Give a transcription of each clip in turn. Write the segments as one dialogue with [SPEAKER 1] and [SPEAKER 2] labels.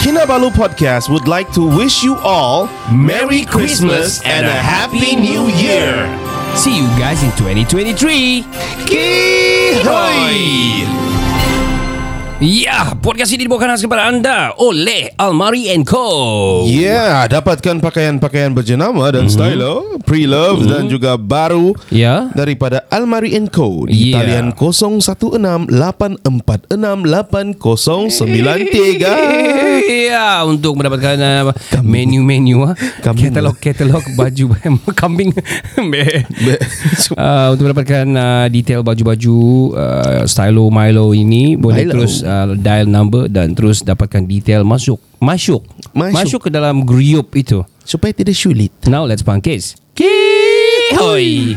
[SPEAKER 1] Kinabalu Podcast would like to wish you all Merry Christmas and a Happy New Year.
[SPEAKER 2] See you guys in 2023.
[SPEAKER 1] Kihoi!
[SPEAKER 2] Ya, podcast ini dibawakan khas kepada anda oleh Almari Co.
[SPEAKER 1] Yeah, Ya, dapatkan pakaian-pakaian berjenama dan stylo, pre-loved dan juga baru
[SPEAKER 2] Ya.
[SPEAKER 1] daripada Almari Co di
[SPEAKER 2] Yeah.
[SPEAKER 1] talian 016-846-8093.
[SPEAKER 2] Ya, untuk mendapatkan uh, menu-menu ah.
[SPEAKER 1] Kambing.
[SPEAKER 2] katalog-katalog baju kambing. Be. Uh, untuk mendapatkan uh, detail baju-baju uh, stylo Milo ini boleh
[SPEAKER 1] Milo.
[SPEAKER 2] terus uh, dial number dan terus dapatkan detail masuk masuk
[SPEAKER 1] Masuk.
[SPEAKER 2] masuk ke dalam group itu.
[SPEAKER 1] Supaya tidak sulit.
[SPEAKER 2] Now let's bangkis. Kihoi.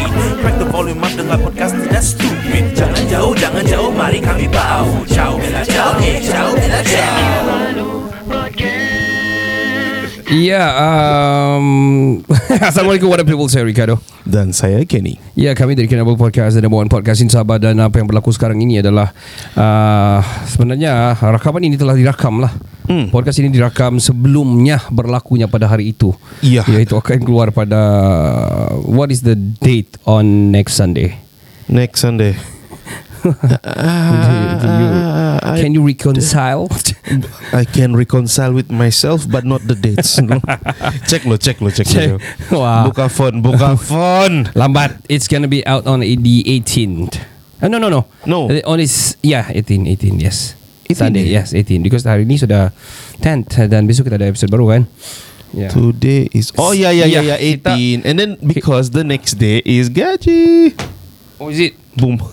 [SPEAKER 3] Crack the volume up dengar podcast tidak stupid Jangan jauh, jangan jauh, mari kami bau Ciao, bella, ciao, eh, ciao, bella, ciao
[SPEAKER 2] Ya, um, Assalamualaikum warahmatullahi wabarakatuh, saya Ricardo.
[SPEAKER 1] Dan saya Kenny.
[SPEAKER 2] Ya, kami dari Kinabalu Podcast, the number one podcast in Sabah dan apa yang berlaku sekarang ini adalah uh, sebenarnya uh, rakaman ini telah dirakam lah. Hmm. Podcast ini dirakam sebelumnya berlakunya pada hari itu.
[SPEAKER 1] Ya.
[SPEAKER 2] Iaitu akan keluar pada uh, what is the date on next Sunday?
[SPEAKER 1] Next Sunday. Ah,
[SPEAKER 2] do you, can you reconcile?
[SPEAKER 1] I can reconcile with myself but not the dates. cek lo, cek lo, cek lo.
[SPEAKER 2] Cek. Wah.
[SPEAKER 1] Buka phone, buka phone.
[SPEAKER 2] Lambat. It's gonna be out on the 18th. Uh, no, no, no.
[SPEAKER 1] No.
[SPEAKER 2] Uh, On is yeah, 18, 18, yes.
[SPEAKER 1] 18,
[SPEAKER 2] Sunday,
[SPEAKER 1] eh?
[SPEAKER 2] yes, 18. Because hari ini sudah 10th dan besok kita ada episode baru kan. Yeah.
[SPEAKER 1] Today is Oh yeah yeah yeah yeah
[SPEAKER 2] Yeah, kita-
[SPEAKER 1] 18 and then because the next day is gaji.
[SPEAKER 2] Oh, is it?
[SPEAKER 1] Boom.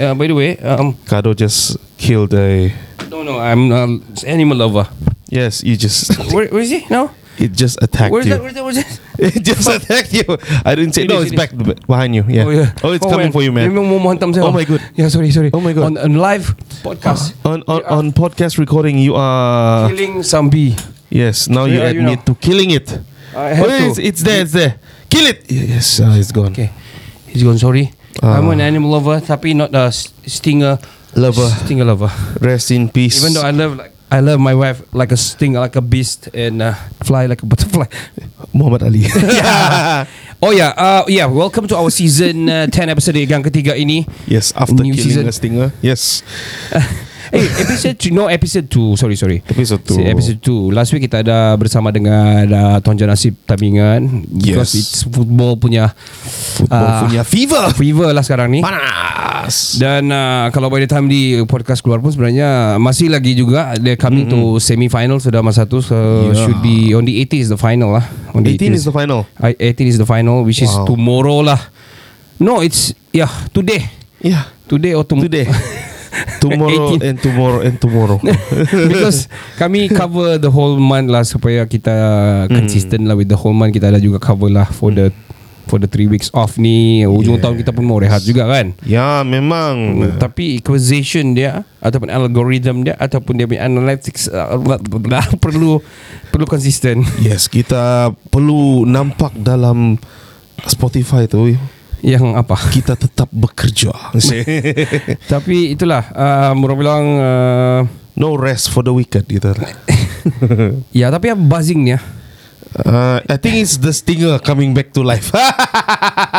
[SPEAKER 2] Uh, by the way, um,
[SPEAKER 1] Kado just killed a
[SPEAKER 2] no, no, I'm uh, animal lover.
[SPEAKER 1] Yes, you just
[SPEAKER 2] Where, where is he now?
[SPEAKER 1] it just attacked
[SPEAKER 2] Where's
[SPEAKER 1] you.
[SPEAKER 2] that? Where's that? Where's that?
[SPEAKER 1] It just attacked you. I didn't say
[SPEAKER 2] It
[SPEAKER 1] no.
[SPEAKER 2] is,
[SPEAKER 1] It's
[SPEAKER 2] it
[SPEAKER 1] back behind you. Yeah. Oh, it's coming for you, man.
[SPEAKER 2] Memang mau hantam saya.
[SPEAKER 1] Oh my god.
[SPEAKER 2] Yeah, sorry, sorry.
[SPEAKER 1] Oh my God.
[SPEAKER 2] On, on live podcast,
[SPEAKER 1] On on, on podcast recording, you are
[SPEAKER 2] killing some bee.
[SPEAKER 1] yes. Now you
[SPEAKER 2] Where are you
[SPEAKER 1] admit
[SPEAKER 2] now?
[SPEAKER 1] to killing it.
[SPEAKER 2] I have
[SPEAKER 1] oh, It's,
[SPEAKER 2] to.
[SPEAKER 1] it's there. It's there. Kill it. Yes, uh, it's gone.
[SPEAKER 2] Okay. He's gone sorry.
[SPEAKER 1] Ah.
[SPEAKER 2] I'm an animal lover tapi not a s- stinger
[SPEAKER 1] Lover.
[SPEAKER 2] Stinger lover.
[SPEAKER 1] Rest in peace.
[SPEAKER 2] Even though I love like I love my wife like a stinger like a beast and uh, fly like a butterfly.
[SPEAKER 1] Muhammad Ali.
[SPEAKER 2] Oh yeah, uh, yeah. Welcome to our season uh, 10 episode yang ketiga ini.
[SPEAKER 1] Yes, after
[SPEAKER 2] New
[SPEAKER 1] killing
[SPEAKER 2] season.
[SPEAKER 1] a stinger. Yes.
[SPEAKER 2] Eh, episode two, no episode 2. Sorry, sorry.
[SPEAKER 1] Episode two.
[SPEAKER 2] Si, episode 2. Last week kita ada bersama dengan uh, Tonja Nasib Tabingan because
[SPEAKER 1] Yes.
[SPEAKER 2] it's football punya
[SPEAKER 1] Football
[SPEAKER 2] Ah.
[SPEAKER 1] punya fever.
[SPEAKER 2] fever lah sekarang ni.
[SPEAKER 1] Panas.
[SPEAKER 2] Dan uh, kalau by the time di podcast keluar pun sebenarnya masih lagi juga they coming mm-hmm. to semi final sudah masa tu so yeah. should be on the 18 is the final lah. On
[SPEAKER 1] 18 is the final.
[SPEAKER 2] I- 18 is the final which is
[SPEAKER 1] Wow.
[SPEAKER 2] tomorrow lah. No, it's yeah, today.
[SPEAKER 1] Yeah.
[SPEAKER 2] Today or tomorrow.
[SPEAKER 1] Today. Tomorrow
[SPEAKER 2] 18.
[SPEAKER 1] and tomorrow and tomorrow.
[SPEAKER 2] Because kami cover the whole month lah supaya kita
[SPEAKER 1] Mm.
[SPEAKER 2] consistent lah with the whole month kita ada juga cover lah for the for the three weeks off ni hujung tahun kita pun mau rehat juga kan.
[SPEAKER 1] ya, memang.
[SPEAKER 2] Hmm. Tapi equalization dia ataupun algorithm dia ataupun dia punya analytics uh, blah, blah, blah, perlu perlu konsisten.
[SPEAKER 1] Yes, kita perlu nampak dalam Spotify tu
[SPEAKER 2] Yang apa?
[SPEAKER 1] kita tetap bekerja.
[SPEAKER 2] Tapi itulah uh, orang bilang uh,
[SPEAKER 1] no rest for the wicked gitu.
[SPEAKER 2] ya tapi apa buzzing ni? ah?
[SPEAKER 1] Uh, I think it's the stinger coming back to life.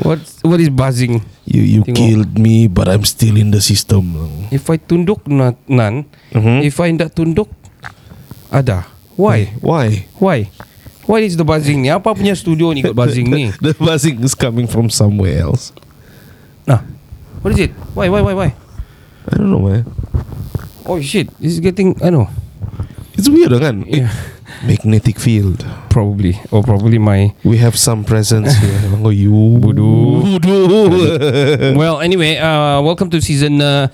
[SPEAKER 2] What what is buzzing?
[SPEAKER 1] you you
[SPEAKER 2] Tengok.
[SPEAKER 1] killed me but I'm still in the system.
[SPEAKER 2] If I tunduk na- nan,
[SPEAKER 1] Mhm.
[SPEAKER 2] if I tidak tunduk ada. Eh,
[SPEAKER 1] Hmm.
[SPEAKER 2] Why?
[SPEAKER 1] Eh, Why?
[SPEAKER 2] Why? Why is the buzzing ni? Apa punya studio ni ikut buzzing ni?
[SPEAKER 1] the buzzing is coming from somewhere else.
[SPEAKER 2] Nah. What is it? Why why why why?
[SPEAKER 1] I don't know man.
[SPEAKER 2] Oh shit, this is getting I know.
[SPEAKER 1] It's weird kan?
[SPEAKER 2] Yeah.
[SPEAKER 1] Magnetic field.
[SPEAKER 2] Probably or probably my
[SPEAKER 1] We have some presence here. Oh, you.
[SPEAKER 2] Bodoh.
[SPEAKER 1] Bodoh.
[SPEAKER 2] well, anyway, uh, welcome to season uh,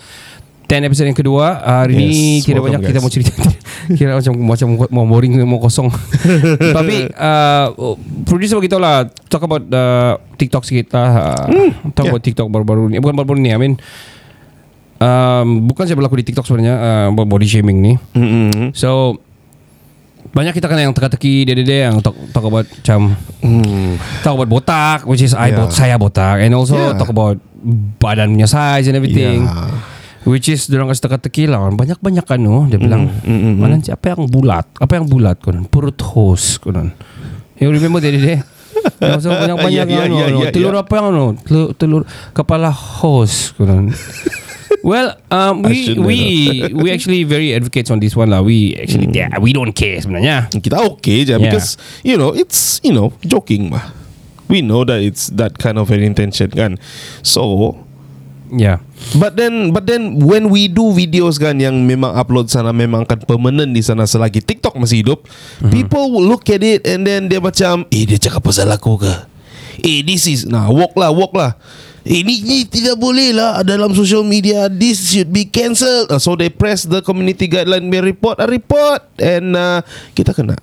[SPEAKER 2] 10 episod yang kedua Uh, Hari yes, ni
[SPEAKER 1] Yes,
[SPEAKER 2] kira
[SPEAKER 1] welcome,
[SPEAKER 2] banyak kita
[SPEAKER 1] guys.
[SPEAKER 2] mau cerita Kira macam macam mau boring mau kosong Tapi uh, Producer bagi tahu lah Talk about uh, TikTok sikit lah uh, Talk
[SPEAKER 1] Hmm, yeah.
[SPEAKER 2] about TikTok baru-baru ni Eh, Bukan baru-baru ni I mean um, Bukan saya berlaku di TikTok sebenarnya uh, Body shaming ni
[SPEAKER 1] Mm-mm.
[SPEAKER 2] So banyak kita kan yang teka-teki dede yang talk, talk about macam
[SPEAKER 1] Hmm.
[SPEAKER 2] talk about botak which is I
[SPEAKER 1] Yeah.
[SPEAKER 2] bot saya botak and also
[SPEAKER 1] Yeah.
[SPEAKER 2] talk about badan punya size and everything
[SPEAKER 1] Yeah.
[SPEAKER 2] which is dorang kasih teka-teki lah banyak-banyak kan no dia bilang
[SPEAKER 1] Mm-hmm.
[SPEAKER 2] mana siapa yang bulat apa yang bulat konon perut hos konon you remember dede dede yang so
[SPEAKER 1] Yeah,
[SPEAKER 2] banyak-banyak
[SPEAKER 1] yeah,
[SPEAKER 2] anu,
[SPEAKER 1] yeah,
[SPEAKER 2] anu.
[SPEAKER 1] yeah,
[SPEAKER 2] telur apa yang anu telur, telur kepala hos konon Well, um, we
[SPEAKER 1] should know
[SPEAKER 2] we we actually very advocates on this one lah. We actually
[SPEAKER 1] Mm.
[SPEAKER 2] yeah, we don't care sebenarnya.
[SPEAKER 1] Kita okay je
[SPEAKER 2] Yeah.
[SPEAKER 1] because you know it's you know joking mah. We know that it's that kind of an intention kan. So
[SPEAKER 2] Yeah.
[SPEAKER 1] But then but then when we do videos kan yang memang upload sana memang akan permanent di sana selagi TikTok masih hidup,
[SPEAKER 2] Mhm.
[SPEAKER 1] people will look at it and then dia macam, "Eh, dia cakap pasal aku ke?" Eh, this is nah, walk lah, walk lah. Eh, Ini ni tidak boleh lah dalam social media. This should be cancelled. Uh, so they press the community guideline. We report, a report, and uh, kita kena.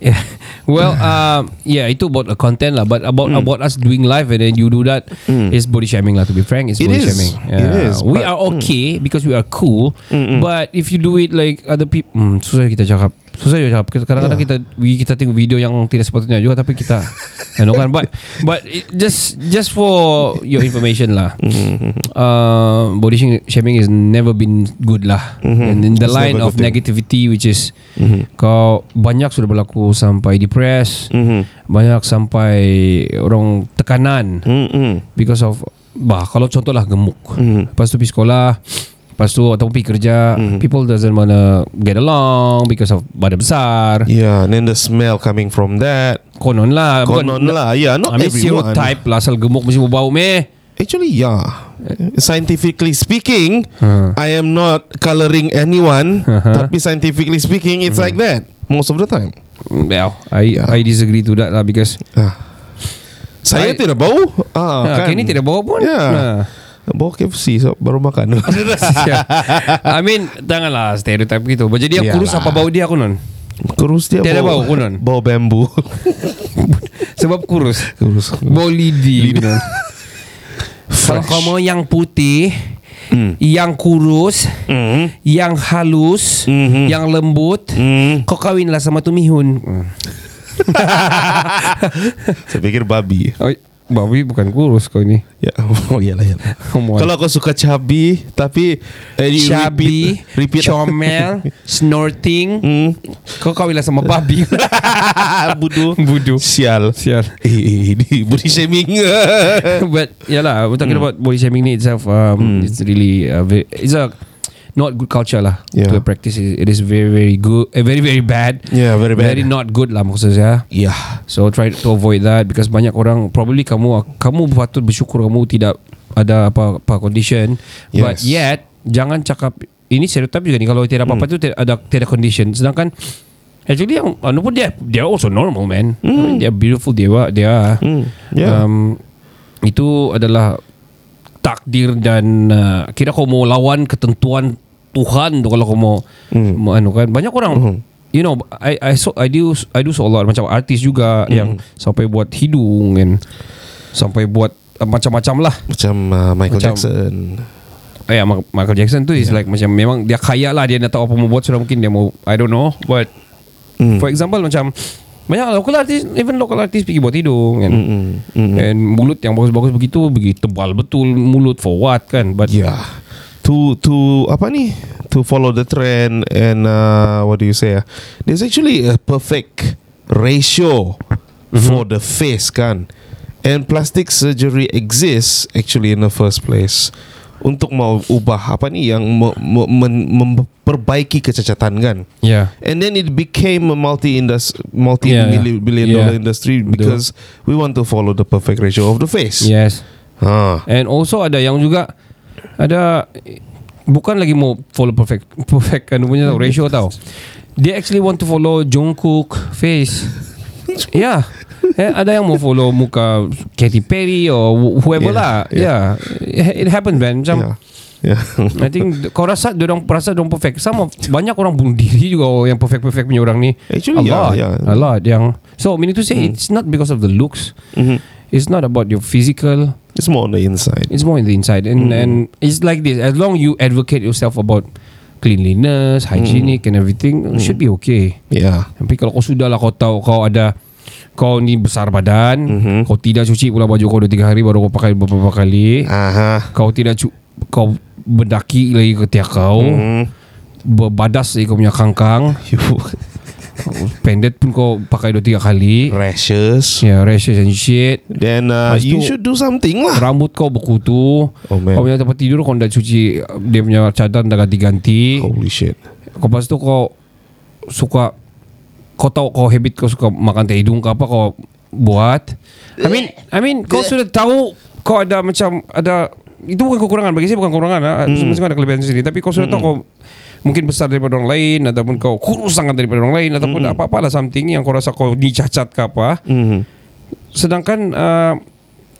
[SPEAKER 2] Yeah. Well, um, yeah, itu about the content lah, but
[SPEAKER 1] Hmm.
[SPEAKER 2] about about us doing live and then you do that is body shaming lah. To be frank, it's
[SPEAKER 1] It
[SPEAKER 2] body
[SPEAKER 1] is.
[SPEAKER 2] shaming.
[SPEAKER 1] It is,
[SPEAKER 2] We
[SPEAKER 1] but-
[SPEAKER 2] are okay
[SPEAKER 1] Hmm.
[SPEAKER 2] because we are cool, but if you do it like other people, mm, susah kita cakap, susah juga cakap. Kita- Kadang-kadang kita we, kita tengok video yang tidak sepatutnya juga, tapi kita, you know kan. But but it, just just for your information lah,
[SPEAKER 1] Hmm,
[SPEAKER 2] uh, body shing- shaming has never been good lah. And in
[SPEAKER 1] Hmm,
[SPEAKER 2] the
[SPEAKER 1] It's
[SPEAKER 2] line
[SPEAKER 1] never good thing.
[SPEAKER 2] of
[SPEAKER 1] Hmm.
[SPEAKER 2] negativity which is kau banyak sudah berlaku sampai depressed banyak sampai orang tekanan
[SPEAKER 1] Mm-mm.
[SPEAKER 2] because of bah kalau contohlah gemuk
[SPEAKER 1] Hmm.
[SPEAKER 2] lepas tu pergi sekolah lepas tu ataupun pergi kerja people doesn't wanna get along because of badan besar
[SPEAKER 1] Yeah, and then the smell coming from that.
[SPEAKER 2] konon lah
[SPEAKER 1] Konon lah, yeah, not
[SPEAKER 2] I mean,
[SPEAKER 1] everyone.
[SPEAKER 2] stereotype lah asal gemuk mesti berbau meh
[SPEAKER 1] Actually, yeah. Scientifically speaking,
[SPEAKER 2] Ha.
[SPEAKER 1] I am not coloring anyone.
[SPEAKER 2] Uh-huh.
[SPEAKER 1] Tapi scientifically speaking, it's like that most of the time.
[SPEAKER 2] Hmm, well I
[SPEAKER 1] Yeah.
[SPEAKER 2] I disagree to that lah because
[SPEAKER 1] Saya
[SPEAKER 2] I-
[SPEAKER 1] tidak bau. Ah,
[SPEAKER 2] ah, Kenny tidak bawa pun Ah.
[SPEAKER 1] Yeah. Bau KFC so baru makan.
[SPEAKER 2] Yeah. I mean Janganlah stereotype gitu But Jadi yang
[SPEAKER 1] Iyalah.
[SPEAKER 2] kurus apa bau dia aku non
[SPEAKER 1] Kurus dia
[SPEAKER 2] Tiada bau, konon.
[SPEAKER 1] Bau bambu.
[SPEAKER 2] Sebab kurus
[SPEAKER 1] Kurus.
[SPEAKER 2] Bau lidi aku non. Kalau kau mau yang putih
[SPEAKER 1] Hmm.
[SPEAKER 2] Yang kurus
[SPEAKER 1] Mm-hmm.
[SPEAKER 2] Yang halus
[SPEAKER 1] Mhm.
[SPEAKER 2] Yang lembut
[SPEAKER 1] Mm-hmm.
[SPEAKER 2] Kau kawinlah sama Tumihun Hmm.
[SPEAKER 1] Saya pikir babi.
[SPEAKER 2] Oi, Babi bukan kurus kau ini
[SPEAKER 1] Ya, oh iyalah iyalah.
[SPEAKER 2] Come on.
[SPEAKER 1] Kalau kau suka cabi tapi eh, you
[SPEAKER 2] Chubby
[SPEAKER 1] repeat, Hmm. repeat
[SPEAKER 2] Comel Snorting Kau kawinlah sama babi
[SPEAKER 1] Budu.
[SPEAKER 2] Budu
[SPEAKER 1] Sial.
[SPEAKER 2] Sial
[SPEAKER 1] Eh, eh, eh, ni body shaming.
[SPEAKER 2] but yeah lah, we're talking
[SPEAKER 1] Hmm.
[SPEAKER 2] about body shaming ni itself. Um, It's really uh, ve- it's a not good culture lah.
[SPEAKER 1] Yeah.
[SPEAKER 2] To practice it, it is very very good, uh, very very bad.
[SPEAKER 1] Yeah, very bad.
[SPEAKER 2] Very not good lah maksud saya.
[SPEAKER 1] yeah.
[SPEAKER 2] So try to avoid that because banyak orang probably kamu kamu patut bersyukur kamu tidak ada apa-apa condition.
[SPEAKER 1] Yes.
[SPEAKER 2] But yet jangan cakap ini stereotype juga ni kalau tidak apa-apa tu tidak ada tidak condition. Sedangkan actually yang anu pun dia dia also normal man. I mean, They are beautiful they are they are.
[SPEAKER 1] yeah.
[SPEAKER 2] Um, itu adalah takdir dan uh, kira kau mau lawan ketentuan Tuhan tu kalau kau mau mau anu kan banyak orang you know I I so I do I do so a lot macam artis juga yang sampai buat hidung and sampai buat uh, macam-macam lah
[SPEAKER 1] Macam uh, Michael
[SPEAKER 2] Macam-
[SPEAKER 1] Jackson.
[SPEAKER 2] Eh, yeah, Ma- Michael Jackson tu is like macam memang dia kaya lah dia nak tahu apa mau buat sudah mungkin dia mau I don't know but
[SPEAKER 1] Mm.
[SPEAKER 2] for example macam banyak lah, local artist even local artist pergi buat hidung kan
[SPEAKER 1] Mm-mm, mm-mm.
[SPEAKER 2] and mulut yang bagus-bagus begitu pergi tebal betul mulut for what kan but
[SPEAKER 1] Yeah. To to apa ni? To follow the trend and uh, what do you say? ah? There's actually a perfect ratio for the face kan. And plastic surgery exists actually in the first place untuk mau ubah apa ni yang me, me, men- memperbaiki kecacatan kan.
[SPEAKER 2] yeah
[SPEAKER 1] And then it became a multi indus multi
[SPEAKER 2] Yeah, yeah.
[SPEAKER 1] billion billion
[SPEAKER 2] Yeah.
[SPEAKER 1] dollar industry because we want to follow the perfect ratio of the face.
[SPEAKER 2] yes
[SPEAKER 1] Ah.
[SPEAKER 2] and also ada yang juga ada eh, bukan lagi mau follow perfect perfect kan dia punya tau ratio tau they actually want to follow Jungkook face yeah eh, ada yang mau follow muka Katy Perry or wh- whoever
[SPEAKER 1] Yeah,
[SPEAKER 2] lah yeah, It- it happens man macam
[SPEAKER 1] Yeah. Ya.
[SPEAKER 2] I think kau rasa orang perasa orang perfect. Sama banyak orang bunuh diri juga oh, yang perfect-perfect punya orang ni.
[SPEAKER 1] Actually,
[SPEAKER 2] a
[SPEAKER 1] Oh, yeah, Hmm. yeah.
[SPEAKER 2] lot, a lot yang. So meaning to say it's not because of the looks. It's not about your physical.
[SPEAKER 1] Mm-hmm. It's more on the inside.
[SPEAKER 2] It's more in the inside
[SPEAKER 1] Mm.
[SPEAKER 2] and and it's like this. As long you advocate yourself about
[SPEAKER 1] Mm.
[SPEAKER 2] cleanliness, hygienic and everything, should be okay.
[SPEAKER 1] Yeah.
[SPEAKER 2] Tapi kalau kau sudah lah kau tahu kau ada kau ni besar badan, mm-hmm. kau tidak cuci pula baju kau 2 3 hari baru kau pakai beberapa kali.
[SPEAKER 1] Aha.
[SPEAKER 2] Kau tidak cu- kau berdaki lagi ke tiak kau.
[SPEAKER 1] Mm.
[SPEAKER 2] Mm-hmm. Berbadas lagi kau punya kangkang.
[SPEAKER 1] You
[SPEAKER 2] Pendek pun kau pakai 2 3 kali.
[SPEAKER 1] rashes.
[SPEAKER 2] Ya, yeah, rashes and shit.
[SPEAKER 1] Then uh,
[SPEAKER 2] Lepas
[SPEAKER 1] you
[SPEAKER 2] tu-
[SPEAKER 1] should do something lah.
[SPEAKER 2] Rambut kau berkutu
[SPEAKER 1] Oh, man.
[SPEAKER 2] Kau punya tempat tidur Kau dah cuci uh, Dia punya cadar Dah ganti-ganti
[SPEAKER 1] Holy shit.
[SPEAKER 2] Kau lepas tu kau Suka Kau tahu kau habit Kau suka makan teh hidung ke apa Kau buat I mean I mean Kau sudah tahu Kau ada macam Ada Itu bukan kekurangan Bagi saya bukan kekurangan lah. Semua-semua ada kelebihan sendiri Tapi kau sudah tahu kau Mungkin besar daripada orang lain Ataupun kau kurus sangat daripada orang lain Ataupun apa-apa lah something Yang kau rasa kau dicacat ke apa
[SPEAKER 1] Mm-hmm.
[SPEAKER 2] Sedangkan uh,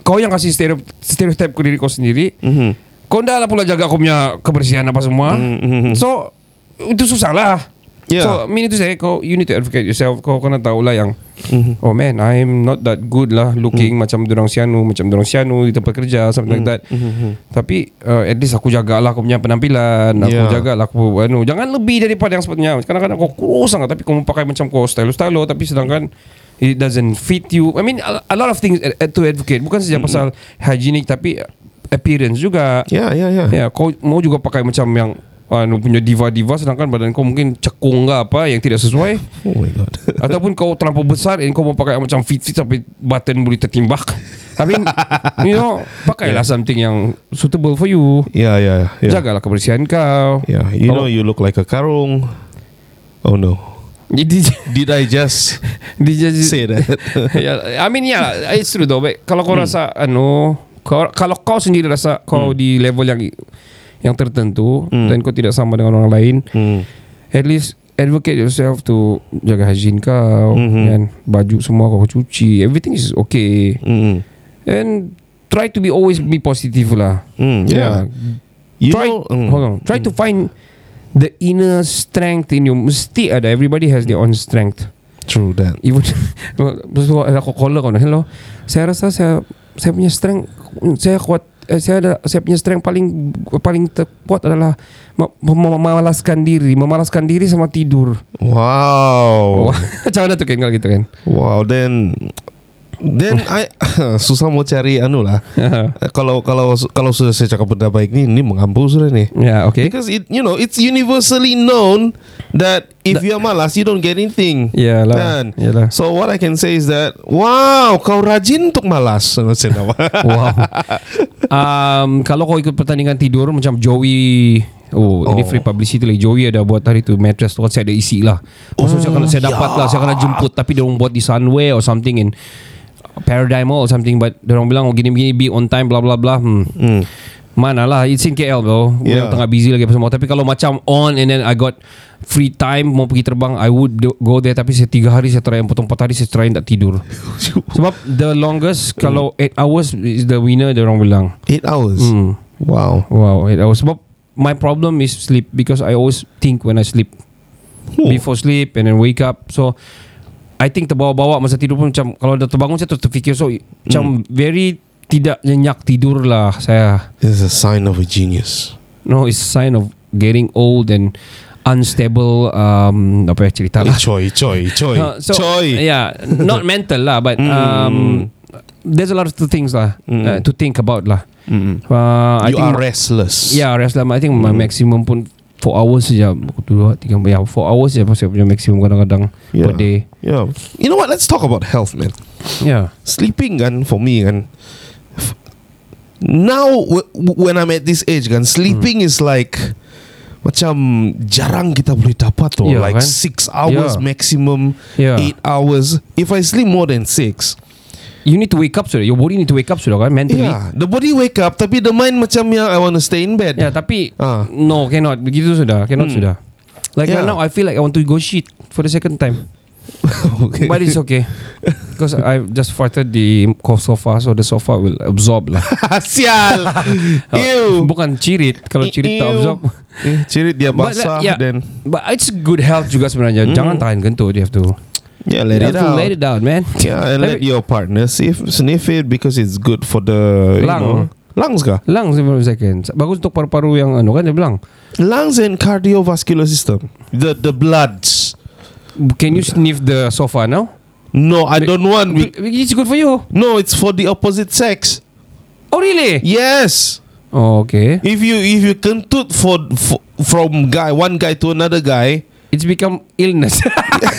[SPEAKER 2] Kau yang kasih stereotip, stereotip ke diri kau sendiri
[SPEAKER 1] Mm-hmm.
[SPEAKER 2] Kau dah lah pula jaga kau punya kebersihan apa semua
[SPEAKER 1] Mm, mm, mm.
[SPEAKER 2] So Itu susah lah
[SPEAKER 1] Yeah.
[SPEAKER 2] So meaning to say kau, You need to advocate yourself Kau kena tahu lah yang
[SPEAKER 1] Hmm.
[SPEAKER 2] Oh man I'm not that good lah Looking macam dorang sianu Macam dorang sianu Di tempat kerja Something
[SPEAKER 1] Hmm.
[SPEAKER 2] like that Tapi uh, At least aku jaga lah Aku punya penampilan Aku
[SPEAKER 1] Yeah.
[SPEAKER 2] jaga lah aku, anu, Jangan lebih daripada yang sepatutnya Kadang-kadang kau kurus sangat Tapi kau pakai macam kau stylo-stylo Tapi sedangkan It doesn't fit you I mean a, a lot of things uh, To advocate Bukan
[SPEAKER 1] Hmm,
[SPEAKER 2] saja pasal Hygienic Tapi Appearance juga
[SPEAKER 1] Yeah, yeah, yeah.
[SPEAKER 2] Ya, kau mau juga pakai macam yang anu punya diva-diva sedangkan badan kau mungkin cekung ke apa yang tidak sesuai
[SPEAKER 1] Oh my god.
[SPEAKER 2] ataupun kau terlampau besar dan kau mau pakai macam fit-fit sampai batin boleh tertimbak. I mean, you know, pakailah something yang suitable for you.
[SPEAKER 1] yeah, yeah, yeah.
[SPEAKER 2] Jagalah kebersihan kau.
[SPEAKER 1] Yeah, you know
[SPEAKER 2] Kalau-
[SPEAKER 1] you look like a karung. Oh no.
[SPEAKER 2] Jadi
[SPEAKER 1] Did I just
[SPEAKER 2] dia jadi
[SPEAKER 1] say that?
[SPEAKER 2] yeah, ya, I mean eh, yeah, it's true though. But kalau kau rasa anu, kau, kalau kau sendiri rasa kau di level yang yang tertentu dan kau tidak sama dengan orang lain,
[SPEAKER 1] Hmm.
[SPEAKER 2] at least advocate yourself to jaga hygiene kau mm-hmm. and baju semua kau cuci. Everything is okay.
[SPEAKER 1] Mm.
[SPEAKER 2] And try to be always be positive lah.
[SPEAKER 1] Mm, yeah. You
[SPEAKER 2] Try
[SPEAKER 1] know, mm.
[SPEAKER 2] hold on. Try to find the inner strength in you. Mesti ada. Everybody has their own strength.
[SPEAKER 1] True that.
[SPEAKER 2] Even Terus tu ada aku call kau Hello Saya rasa saya Saya punya strength Saya kuat eh, saya ada saya punya strength paling paling terkuat adalah mem- mem- memalaskan diri, memalaskan diri sama tidur.
[SPEAKER 1] Wow.
[SPEAKER 2] Oh. Macam mana tu kan kalau gitu kan?
[SPEAKER 1] Wow, then then I susah mau cari anu lah.
[SPEAKER 2] Ya,
[SPEAKER 1] Eh, kalau kalau kalau sudah saya cakap benda baik ni, ni mengampu sudah nih.
[SPEAKER 2] ya, okay.
[SPEAKER 1] Because it you know it's universally known that if
[SPEAKER 2] Nah.
[SPEAKER 1] you are malas you don't get anything.
[SPEAKER 2] Yalah,
[SPEAKER 1] Kan?
[SPEAKER 2] yalah.
[SPEAKER 1] So what I can say is that wow kau rajin untuk malas.
[SPEAKER 2] Wow. um, kalau kau ikut pertandingan tidur macam Joey Oh, oh, ini
[SPEAKER 1] Oh.
[SPEAKER 2] free publicity lagi. Joey ada buat hari tu mattress tu kan saya ada isi lah. Maksudnya kalau saya dapat lah, saya kena jemput tapi dia orang buat di Sunway or something in Paradigm Mall or something but dia orang bilang oh gini-gini be on time bla bla bla. Hmm.
[SPEAKER 1] Hmm.
[SPEAKER 2] Mana lah It's in KL bro
[SPEAKER 1] Yeah.
[SPEAKER 2] yeah. Tengah busy lagi apa semua Tapi kalau macam on And then I got Free time Mau pergi terbang I would do- go there Tapi saya tiga hari Saya try Potong empat hari Saya try tak tidur Sebab the longest Kalau eight hours Is the winner Dia orang bilang
[SPEAKER 1] Eight hours.
[SPEAKER 2] hmm.
[SPEAKER 1] Wow.
[SPEAKER 2] Wow eight hours Sebab My problem is sleep Because I always think When I sleep
[SPEAKER 1] Oh.
[SPEAKER 2] Before sleep And then wake up So I think terbawa-bawa Masa tidur pun macam Kalau dah terbangun Saya terus terfikir So macam Very Tidak nyenyak tidur lah Saya
[SPEAKER 1] This is a sign of a genius.
[SPEAKER 2] No, it's sign of getting old and unstable. Um, apa ya cerita lah.
[SPEAKER 1] Choi, choi, choi,
[SPEAKER 2] Uh, so,
[SPEAKER 1] choi. Mm.
[SPEAKER 2] Yeah, not mental lah, but um, there's a lot of things lah uh, to think about lah.
[SPEAKER 1] Mm.
[SPEAKER 2] Uh, I
[SPEAKER 1] you
[SPEAKER 2] think,
[SPEAKER 1] are restless.
[SPEAKER 2] Yeah, rest lah. I think my maximum pun 4 hours saja. Aku Dua, tiga, ya, 4 hours saja pasal punya maximum kadang-kadang
[SPEAKER 1] Yeah.
[SPEAKER 2] per day.
[SPEAKER 1] Yeah. You know what? Let's talk about health, man.
[SPEAKER 2] Yeah.
[SPEAKER 1] sleeping kan for me kan f- now w- w- when I'm at this age kan sleeping
[SPEAKER 2] Hmm.
[SPEAKER 1] is like macam jarang kita boleh dapat tu
[SPEAKER 2] Yeah,
[SPEAKER 1] like
[SPEAKER 2] kan?
[SPEAKER 1] six hours
[SPEAKER 2] Yeah.
[SPEAKER 1] maximum
[SPEAKER 2] Yeah.
[SPEAKER 1] eight hours if I sleep more than six
[SPEAKER 2] You need to wake up sudah. Your body need to wake up sudah kan mentally.
[SPEAKER 1] yeah the body wake up tapi the mind macam yang I want to stay in bed
[SPEAKER 2] Ya, tapi
[SPEAKER 1] Ah. Mm.
[SPEAKER 2] no cannot. Begitu sudah, cannot sudah. Like
[SPEAKER 1] Yeah.
[SPEAKER 2] right now I feel like I want to go shit for the second time.
[SPEAKER 1] okay.
[SPEAKER 2] But it's okay Because I just farted the co- sofa So the sofa will absorb lah
[SPEAKER 1] Sial Ew
[SPEAKER 2] Bukan cirit Kalau cirit tak
[SPEAKER 1] Ew.
[SPEAKER 2] absorb
[SPEAKER 1] Eh, Cirit dia
[SPEAKER 2] But
[SPEAKER 1] basah
[SPEAKER 2] like, yeah,
[SPEAKER 1] Then
[SPEAKER 2] But it's good health juga sebenarnya Jangan tahan kentut You have to
[SPEAKER 1] Yeah Hmm. let
[SPEAKER 2] you
[SPEAKER 1] it
[SPEAKER 2] have to
[SPEAKER 1] out
[SPEAKER 2] let it out man
[SPEAKER 1] Yeah and let
[SPEAKER 2] Tapi-
[SPEAKER 1] your partner sniff, sniff it Because it's good for the you
[SPEAKER 2] Lung.
[SPEAKER 1] know, Lungs kah?
[SPEAKER 2] Lang sebelum second Bagus untuk paru-paru yang anu kan Dia bilang
[SPEAKER 1] Lungs and cardiovascular system The the bloods
[SPEAKER 2] Can you sniff the sofa now?
[SPEAKER 1] No I don't want we,
[SPEAKER 2] It's good for you
[SPEAKER 1] No it's for the opposite sex
[SPEAKER 2] Oh really?
[SPEAKER 1] Yes
[SPEAKER 2] Oh okay
[SPEAKER 1] If you if you kentut for, for from guy one guy to another guy
[SPEAKER 2] It's become illness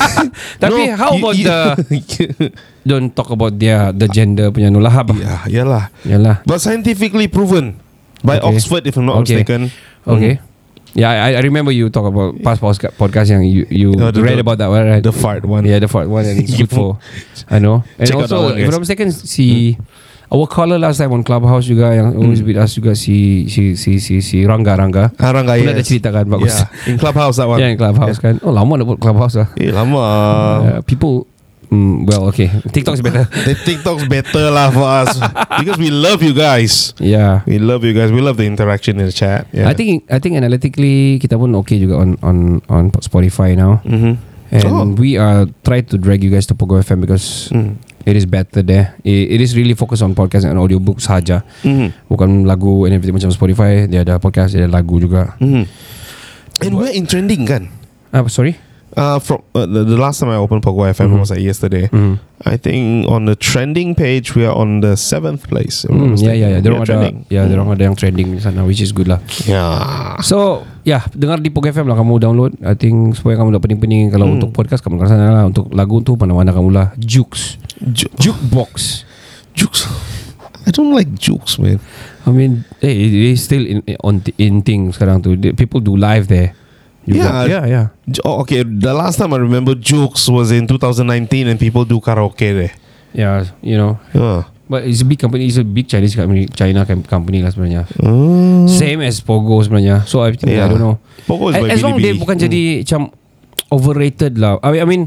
[SPEAKER 2] Tapi
[SPEAKER 1] no,
[SPEAKER 2] how
[SPEAKER 1] you-
[SPEAKER 2] about
[SPEAKER 1] you-
[SPEAKER 2] the Don't talk about their The gender punya no lah abang.
[SPEAKER 1] Yeah Yalah
[SPEAKER 2] Yalah
[SPEAKER 1] But scientifically proven by
[SPEAKER 2] Okay.
[SPEAKER 1] Oxford, if I'm not
[SPEAKER 2] Okay.
[SPEAKER 1] mistaken.
[SPEAKER 2] Okay. Yeah, I, I remember you talk about past podcast, podcast yang you, you
[SPEAKER 1] Oh, the-
[SPEAKER 2] read
[SPEAKER 1] the-
[SPEAKER 2] about that one, right?
[SPEAKER 1] The fart one.
[SPEAKER 2] yeah, the fart one and it's
[SPEAKER 1] You-
[SPEAKER 2] good for. I know. And
[SPEAKER 1] Check out that one,
[SPEAKER 2] also,
[SPEAKER 1] guys. Hmm.
[SPEAKER 2] if I'm not mistaken, si our caller last time on Clubhouse juga yang always with us juga si si si si, si Rangga Rangga.
[SPEAKER 1] Harangga,
[SPEAKER 2] Pernah dah cerita kan bagus.
[SPEAKER 1] Ah, Yeah. In clubhouse that one.
[SPEAKER 2] Yeah, yang Clubhouse kan. Oh, lama dah buat Clubhouse lah.
[SPEAKER 1] Eh, lama.
[SPEAKER 2] Uh, people mm, well, okay. TikTok is better.
[SPEAKER 1] The TikTok's better lah for us because we love you guys.
[SPEAKER 2] yeah.
[SPEAKER 1] We love you guys. We love the interaction in the chat. Yeah.
[SPEAKER 2] I think I think analytically kita pun okay juga on on on Spotify now.
[SPEAKER 1] Mm-hmm.
[SPEAKER 2] And
[SPEAKER 1] Oh.
[SPEAKER 2] we are try to drag you guys to Pogo FM because
[SPEAKER 1] Mm.
[SPEAKER 2] it is better there. It, it is really focused on podcast and audiobook saja.
[SPEAKER 1] Mm-hmm.
[SPEAKER 2] Bukan lagu and everything macam Spotify, dia ada podcast, dia ada lagu juga.
[SPEAKER 1] Mm-hmm. And we're in trending, kan?
[SPEAKER 2] Ah, sorry.
[SPEAKER 1] Uh, from uh, the, the last time I opened Pogo FM
[SPEAKER 2] Mm-hmm.
[SPEAKER 1] was like yesterday.
[SPEAKER 2] Mm.
[SPEAKER 1] I think on the trending page we are on the seventh place. if I'm not
[SPEAKER 2] Mm, yeah,
[SPEAKER 1] mistaken.
[SPEAKER 2] yeah, yeah.
[SPEAKER 1] We
[SPEAKER 2] Dorang
[SPEAKER 1] are
[SPEAKER 2] ada,
[SPEAKER 1] trending.
[SPEAKER 2] yeah, dorang ada yang trending di sana, which is good lah.
[SPEAKER 1] Yeah.
[SPEAKER 2] So, yeah, dengar di Pogo FM lah kamu download. I think supaya kamu dapat pening-pening. Kalau untuk podcast kamu ke sana lah. Untuk lagu tu mana-mana kamu lah. Jukes,
[SPEAKER 1] Ju-
[SPEAKER 2] jukebox.
[SPEAKER 1] jokes. I don't like jokes, man.
[SPEAKER 2] I mean, hey, it it is still in on in thing sekarang tu. The- People do live there.
[SPEAKER 1] Yeah.
[SPEAKER 2] yeah, yeah.
[SPEAKER 1] J- Oh, okay. The last time I remember jokes was in 2019, and people do karaoke there.
[SPEAKER 2] Yeah, you know.
[SPEAKER 1] Uh.
[SPEAKER 2] But it's a big company. It's a big Chinese company, China com- company lah sebenarnya. Same as Pogo sebenarnya. So I
[SPEAKER 1] Hmm.
[SPEAKER 2] think
[SPEAKER 1] Yeah.
[SPEAKER 2] I don't know.
[SPEAKER 1] Pogo is by
[SPEAKER 2] as long dia
[SPEAKER 1] Bilibili.
[SPEAKER 2] bukan jadi macam overrated lah. I mean, I mean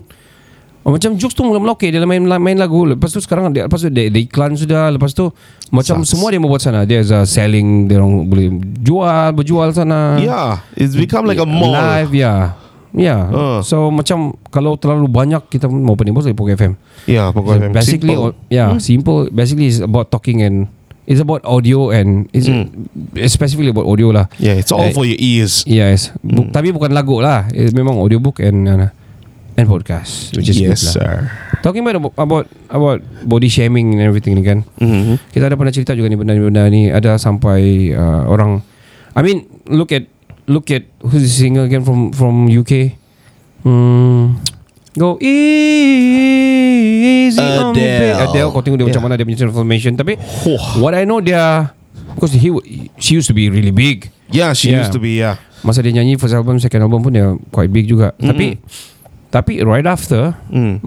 [SPEAKER 2] oh, macam Jux tu mula-mula okay dia main main lagu. Lepas tu sekarang dia lepas tu dia, dia iklan sudah. Lepas tu macam
[SPEAKER 1] Sucks.
[SPEAKER 2] semua dia mau buat sana. Dia uh, selling, dia orang boleh jual, berjual sana.
[SPEAKER 1] Yeah, it's become like a mall.
[SPEAKER 2] uh, Live, yeah. Yeah.
[SPEAKER 1] Uh.
[SPEAKER 2] So macam kalau terlalu banyak kita mau penimbus dari Pogo FM.
[SPEAKER 1] Yeah, Pogo
[SPEAKER 2] So
[SPEAKER 1] FM.
[SPEAKER 2] basically,
[SPEAKER 1] Simple.
[SPEAKER 2] o- yeah, simple. Basically, it's about talking and it's about audio and it's
[SPEAKER 1] Hmm.
[SPEAKER 2] it's specifically about audio lah.
[SPEAKER 1] yeah, it's all
[SPEAKER 2] Eh,
[SPEAKER 1] for your ears.
[SPEAKER 2] Yes,
[SPEAKER 1] Hmm.
[SPEAKER 2] Bu- tapi bukan lagu lah. It's memang audiobook and uh, and podcast, which is
[SPEAKER 1] yes,
[SPEAKER 2] good lah.
[SPEAKER 1] sir.
[SPEAKER 2] Talking about about about body shaming and everything ni kan.
[SPEAKER 1] Mhm.
[SPEAKER 2] Kita ada pernah cerita juga ni benda-benda ni ada sampai uh, orang. I mean, look at look at who's the singer again from from UK. Hmm. Go easy on me,
[SPEAKER 1] Adele.
[SPEAKER 2] babe. Adele kau tengok dia macam mana dia punya transformation tapi
[SPEAKER 1] Whoa.
[SPEAKER 2] what I know dia because he wa- she used to be really big.
[SPEAKER 1] Yeah, she
[SPEAKER 2] Yeah.
[SPEAKER 1] used to be. Yeah.
[SPEAKER 2] Masa dia nyanyi first album second album pun dia quite big juga. Mm-hmm. Tapi tapi right after
[SPEAKER 1] Mm.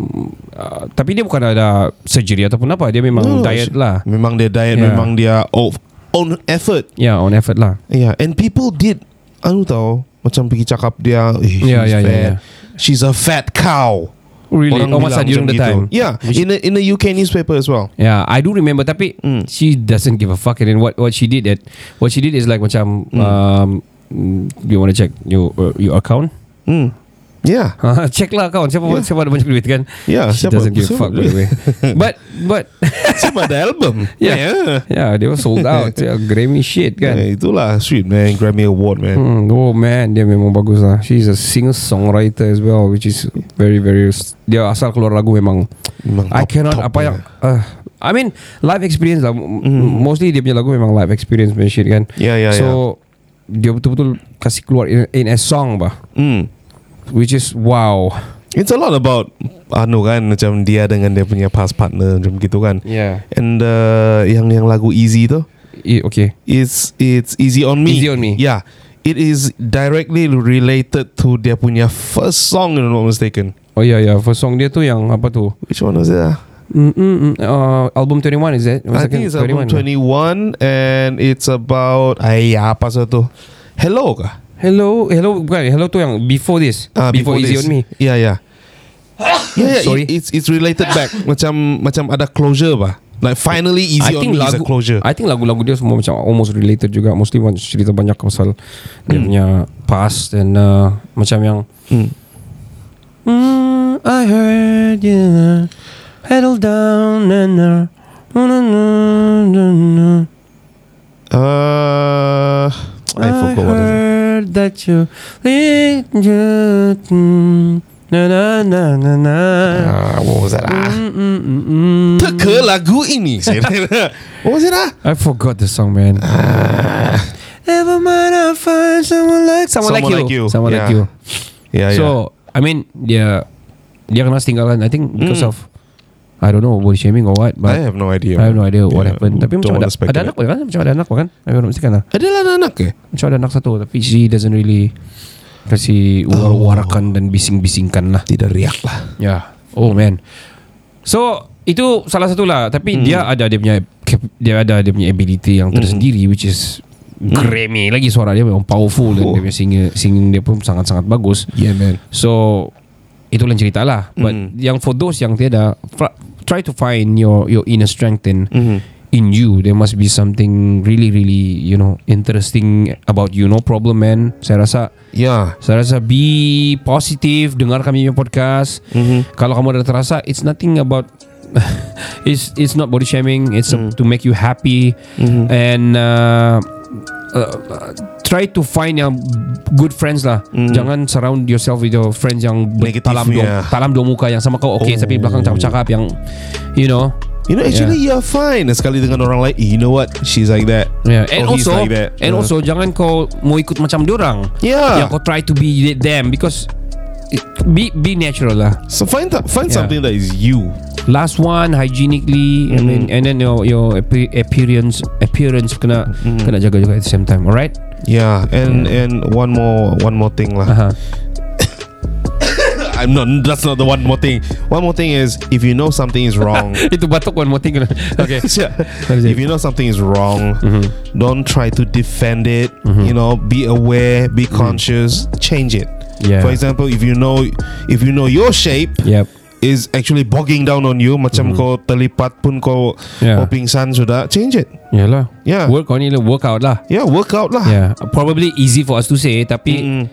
[SPEAKER 2] uh, tapi dia bukan ada surgery ataupun apa dia
[SPEAKER 1] No,
[SPEAKER 2] memang diet
[SPEAKER 1] she-
[SPEAKER 2] lah.
[SPEAKER 1] Memang their diet,
[SPEAKER 2] Yeah.
[SPEAKER 1] memang their own, own effort.
[SPEAKER 2] Yeah, on effort lah.
[SPEAKER 1] Yeah, and people did. Anu tau, macam pergi cakap dia, eh, she's
[SPEAKER 2] Yeah, yeah, yeah,
[SPEAKER 1] fat.
[SPEAKER 2] yeah.
[SPEAKER 1] She's a fat cow.
[SPEAKER 2] Really?
[SPEAKER 1] Orang
[SPEAKER 2] oh, masa
[SPEAKER 1] bilang macam
[SPEAKER 2] during the
[SPEAKER 1] gitu.
[SPEAKER 2] time.
[SPEAKER 1] Yeah, in a, in a UK newspaper as well.
[SPEAKER 2] Yeah, I do remember tapi
[SPEAKER 1] Mm.
[SPEAKER 2] she doesn't give a fuck and then what what she did that what she did is like macam
[SPEAKER 1] Hmm.
[SPEAKER 2] um mm, you want to check your uh, your account?
[SPEAKER 1] Mm.
[SPEAKER 2] Hmm.
[SPEAKER 1] Yeah.
[SPEAKER 2] check lah account siapa
[SPEAKER 1] Ha, Yeah.
[SPEAKER 2] siapa ada banyak duit kan?
[SPEAKER 1] Yeah,
[SPEAKER 2] she
[SPEAKER 1] ya, siapa-
[SPEAKER 2] doesn't give a
[SPEAKER 1] siapa
[SPEAKER 2] fuck by the way. but but
[SPEAKER 1] Siapa ada album?
[SPEAKER 2] Yeah. yeah, they were sold out. yeah, Grammy shit
[SPEAKER 1] Yeah.
[SPEAKER 2] kan.
[SPEAKER 1] Eh, itulah sweet man Grammy Award man.
[SPEAKER 2] Hmm, oh man, dia memang bagus lah. She's a singer songwriter as well, which is very very. Dia asal keluar lagu memang.
[SPEAKER 1] Memang
[SPEAKER 2] I
[SPEAKER 1] top-
[SPEAKER 2] cannot
[SPEAKER 1] top Hmm.
[SPEAKER 2] apa
[SPEAKER 1] dia.
[SPEAKER 2] yang. Uh, I mean live experience lah. Mm. Mostly dia punya lagu memang live experience punya shit kan.
[SPEAKER 1] Yeah, yeah,
[SPEAKER 2] so
[SPEAKER 1] ya.
[SPEAKER 2] dia betul-betul kasih keluar in, in a song bah,
[SPEAKER 1] Mm.
[SPEAKER 2] which is wow.
[SPEAKER 1] It's a lot about anu kan macam dia dengan dia punya past partner macam gitu kan.
[SPEAKER 2] Yeah.
[SPEAKER 1] And uh, yang yang lagu Easy tu
[SPEAKER 2] I, okay.
[SPEAKER 1] it's it's Easy on me.
[SPEAKER 2] Easy on Me.
[SPEAKER 1] Yeah. It is directly related to dia punya first song if I'm not mistaken.
[SPEAKER 2] Oh yeah yeah. For song dia tu yang apa tu?
[SPEAKER 1] Which one was it? ah?
[SPEAKER 2] Mm -mm, mm, uh, album 21 is that?
[SPEAKER 1] I think it's album 21
[SPEAKER 2] 21.
[SPEAKER 1] and it's about ay apa sa tu? Hello kah?
[SPEAKER 2] Hello, hello bukan hello tu yang before this.
[SPEAKER 1] Ah,
[SPEAKER 2] before, Easy
[SPEAKER 1] this. Ya,
[SPEAKER 2] on Me.
[SPEAKER 1] Yeah, yeah. Yeah, yeah
[SPEAKER 2] Sorry.
[SPEAKER 1] ya, It, it's it's related back. macam macam ada closure bah. Like finally easy on me is a closure.
[SPEAKER 2] I think lagu-lagu dia semua macam almost related juga. Mostly macam cerita banyak pasal dia punya past and uh, macam yang
[SPEAKER 1] Hmm.
[SPEAKER 2] mm, I heard you pedal down and uh, mm, na, na, na, na.
[SPEAKER 1] Uh, I forgot what is it.
[SPEAKER 2] heard that you think you mm, na na na na na.
[SPEAKER 1] Ah, what was that? Ah?
[SPEAKER 2] Mm, mm, mm, mm.
[SPEAKER 1] Teka lagu ini. saya rasa. what was it? Ah?
[SPEAKER 2] I forgot the song, man. Never mind, I'll find someone like someone,
[SPEAKER 1] Someone like you.
[SPEAKER 2] Someone
[SPEAKER 1] Yeah.
[SPEAKER 2] like you.
[SPEAKER 1] Yeah,
[SPEAKER 2] so,
[SPEAKER 1] yeah.
[SPEAKER 2] I mean, dia dia kena tinggalan. I think because
[SPEAKER 1] Mm.
[SPEAKER 2] of I don't know body shaming or what,
[SPEAKER 1] I
[SPEAKER 2] but I have,
[SPEAKER 1] have no idea.
[SPEAKER 2] no idea what
[SPEAKER 1] Yeah,
[SPEAKER 2] happened.
[SPEAKER 1] don't
[SPEAKER 2] Tapi macam
[SPEAKER 1] wanna
[SPEAKER 2] ada, ada
[SPEAKER 1] speculate.
[SPEAKER 2] anak pun kan? Macam ada anak pun kan? Tapi orang mesti kan lah.
[SPEAKER 1] Adalah anak-anak ke?
[SPEAKER 2] Macam ada anak satu tapi she doesn't really kasi war-warakan dan bising-bisingkan lah.
[SPEAKER 1] Oh. Tidak riak lah.
[SPEAKER 2] Ya. Oh man. So itu salah satu lah tapi hmm. dia ada dia punya cap- dia ada dia punya ability
[SPEAKER 1] Hmm.
[SPEAKER 2] yang tersendiri which is Grammy lagi suara dia memang powerful dan
[SPEAKER 1] Oh.
[SPEAKER 2] dia punya singing, singing dia pun sangat-sangat bagus.
[SPEAKER 1] Yeah, man.
[SPEAKER 2] So itu lain cerita lah. But
[SPEAKER 1] Mm.
[SPEAKER 2] yang for those yang tiada fra- try to find your your inner strength in
[SPEAKER 1] Mhm.
[SPEAKER 2] in you there must be something really really you know interesting about you no problem man. Saya rasa
[SPEAKER 1] Yeah.
[SPEAKER 2] saya rasa be positive Dengar kami punya podcast mm-hmm. Kalau kamu ada terasa It's nothing about It's it's not body shaming It's mm. to make you happy mm-hmm. And uh, uh, Try to find yang Good friends lah mm. Jangan surround yourself with your friends Yang ber-
[SPEAKER 1] Negatif
[SPEAKER 2] talam
[SPEAKER 1] punya.
[SPEAKER 2] dua, talam dua muka Yang sama kau okay
[SPEAKER 1] Oh.
[SPEAKER 2] Tapi belakang cakap-cakap Yang You know
[SPEAKER 1] You know, actually, you're fine. Sekali dengan orang lain, "Eh, you know what? She's like that.
[SPEAKER 2] Yeah, Ya, and
[SPEAKER 1] Or he's
[SPEAKER 2] also
[SPEAKER 1] like that. Uh.
[SPEAKER 2] and also jangan kau mau ikut macam diorang.
[SPEAKER 1] Yeah.
[SPEAKER 2] Yang kau try to be them because it- be be natural lah.
[SPEAKER 1] So find th- find
[SPEAKER 2] Yeah.
[SPEAKER 1] something that is you.
[SPEAKER 2] Last one hygienically and then and then your your appe- appearance appearance kena kena jaga juga at the same time. Alright?
[SPEAKER 1] Yeah, and and one more one more thing lah.
[SPEAKER 2] Aha.
[SPEAKER 1] I'm not. That's not the one more thing. One more thing is if you know something is wrong.
[SPEAKER 2] Itu batuk one more thing. kena. Okay.
[SPEAKER 1] Yeah.
[SPEAKER 2] What is it? Mm-hmm.
[SPEAKER 1] if you know something is wrong, don't try to defend it. You know, be aware, be conscious, change it.
[SPEAKER 2] Mm. Yeah.
[SPEAKER 1] For example, if you know if you know your shape
[SPEAKER 2] Yep.
[SPEAKER 1] is actually bogging down on you, macam kau terlipat pun kau
[SPEAKER 2] Mm-hmm. Yeah.
[SPEAKER 1] kau pingsan sudah, change it.
[SPEAKER 2] Yalah.
[SPEAKER 1] Yeah.
[SPEAKER 2] Work on it lah, work out lah.
[SPEAKER 1] Yeah, work out lah.
[SPEAKER 2] Yeah. Probably easy for us to say tapi
[SPEAKER 1] Mm.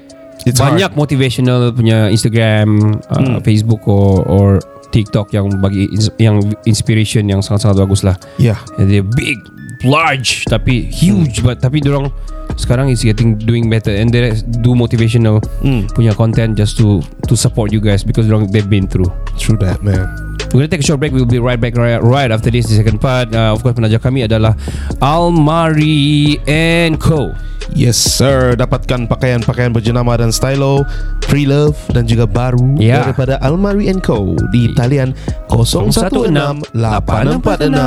[SPEAKER 1] It's
[SPEAKER 2] banyak
[SPEAKER 1] hard. Hmm.
[SPEAKER 2] motivational punya Instagram, uh, Facebook or, or TikTok yang bagi ins- yang inspiration yang sangat-sangat bagus lah.
[SPEAKER 1] Yeah.
[SPEAKER 2] And They're big, large tapi huge
[SPEAKER 1] Hmm.
[SPEAKER 2] but tapi dorang sekarang is getting doing better and they do motivational
[SPEAKER 1] Mm.
[SPEAKER 2] punya content just to to support you guys because dorang they've been through.
[SPEAKER 1] True that, man.
[SPEAKER 2] We're gonna take a short break. We'll be right back right, right after this. The second part, uh, of course, penaja kami adalah Almari and Co.
[SPEAKER 1] Yes sir Dapatkan pakaian-pakaian berjenama dan stylo Pre-love dan juga baru
[SPEAKER 2] Ya.
[SPEAKER 1] Daripada Almari Co Di talian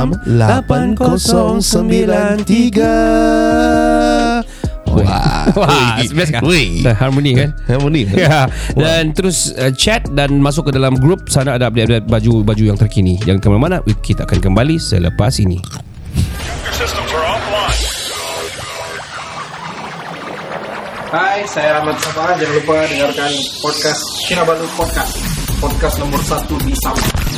[SPEAKER 1] 016-846-8093 Wah
[SPEAKER 2] Wah, best kan?
[SPEAKER 1] Wih
[SPEAKER 2] Dah harmoni kan?
[SPEAKER 1] Harmony
[SPEAKER 2] Ya. Dan terus uh, chat dan masuk ke dalam grup sana ada update-update baju-baju yang terkini. Jangan ke mana-mana. Kita akan kembali selepas ini.
[SPEAKER 4] Hai, saya Rahmat Safa. Jangan lupa dengarkan podcast Kinabalu Podcast. Podcast nomor satu di Sabah.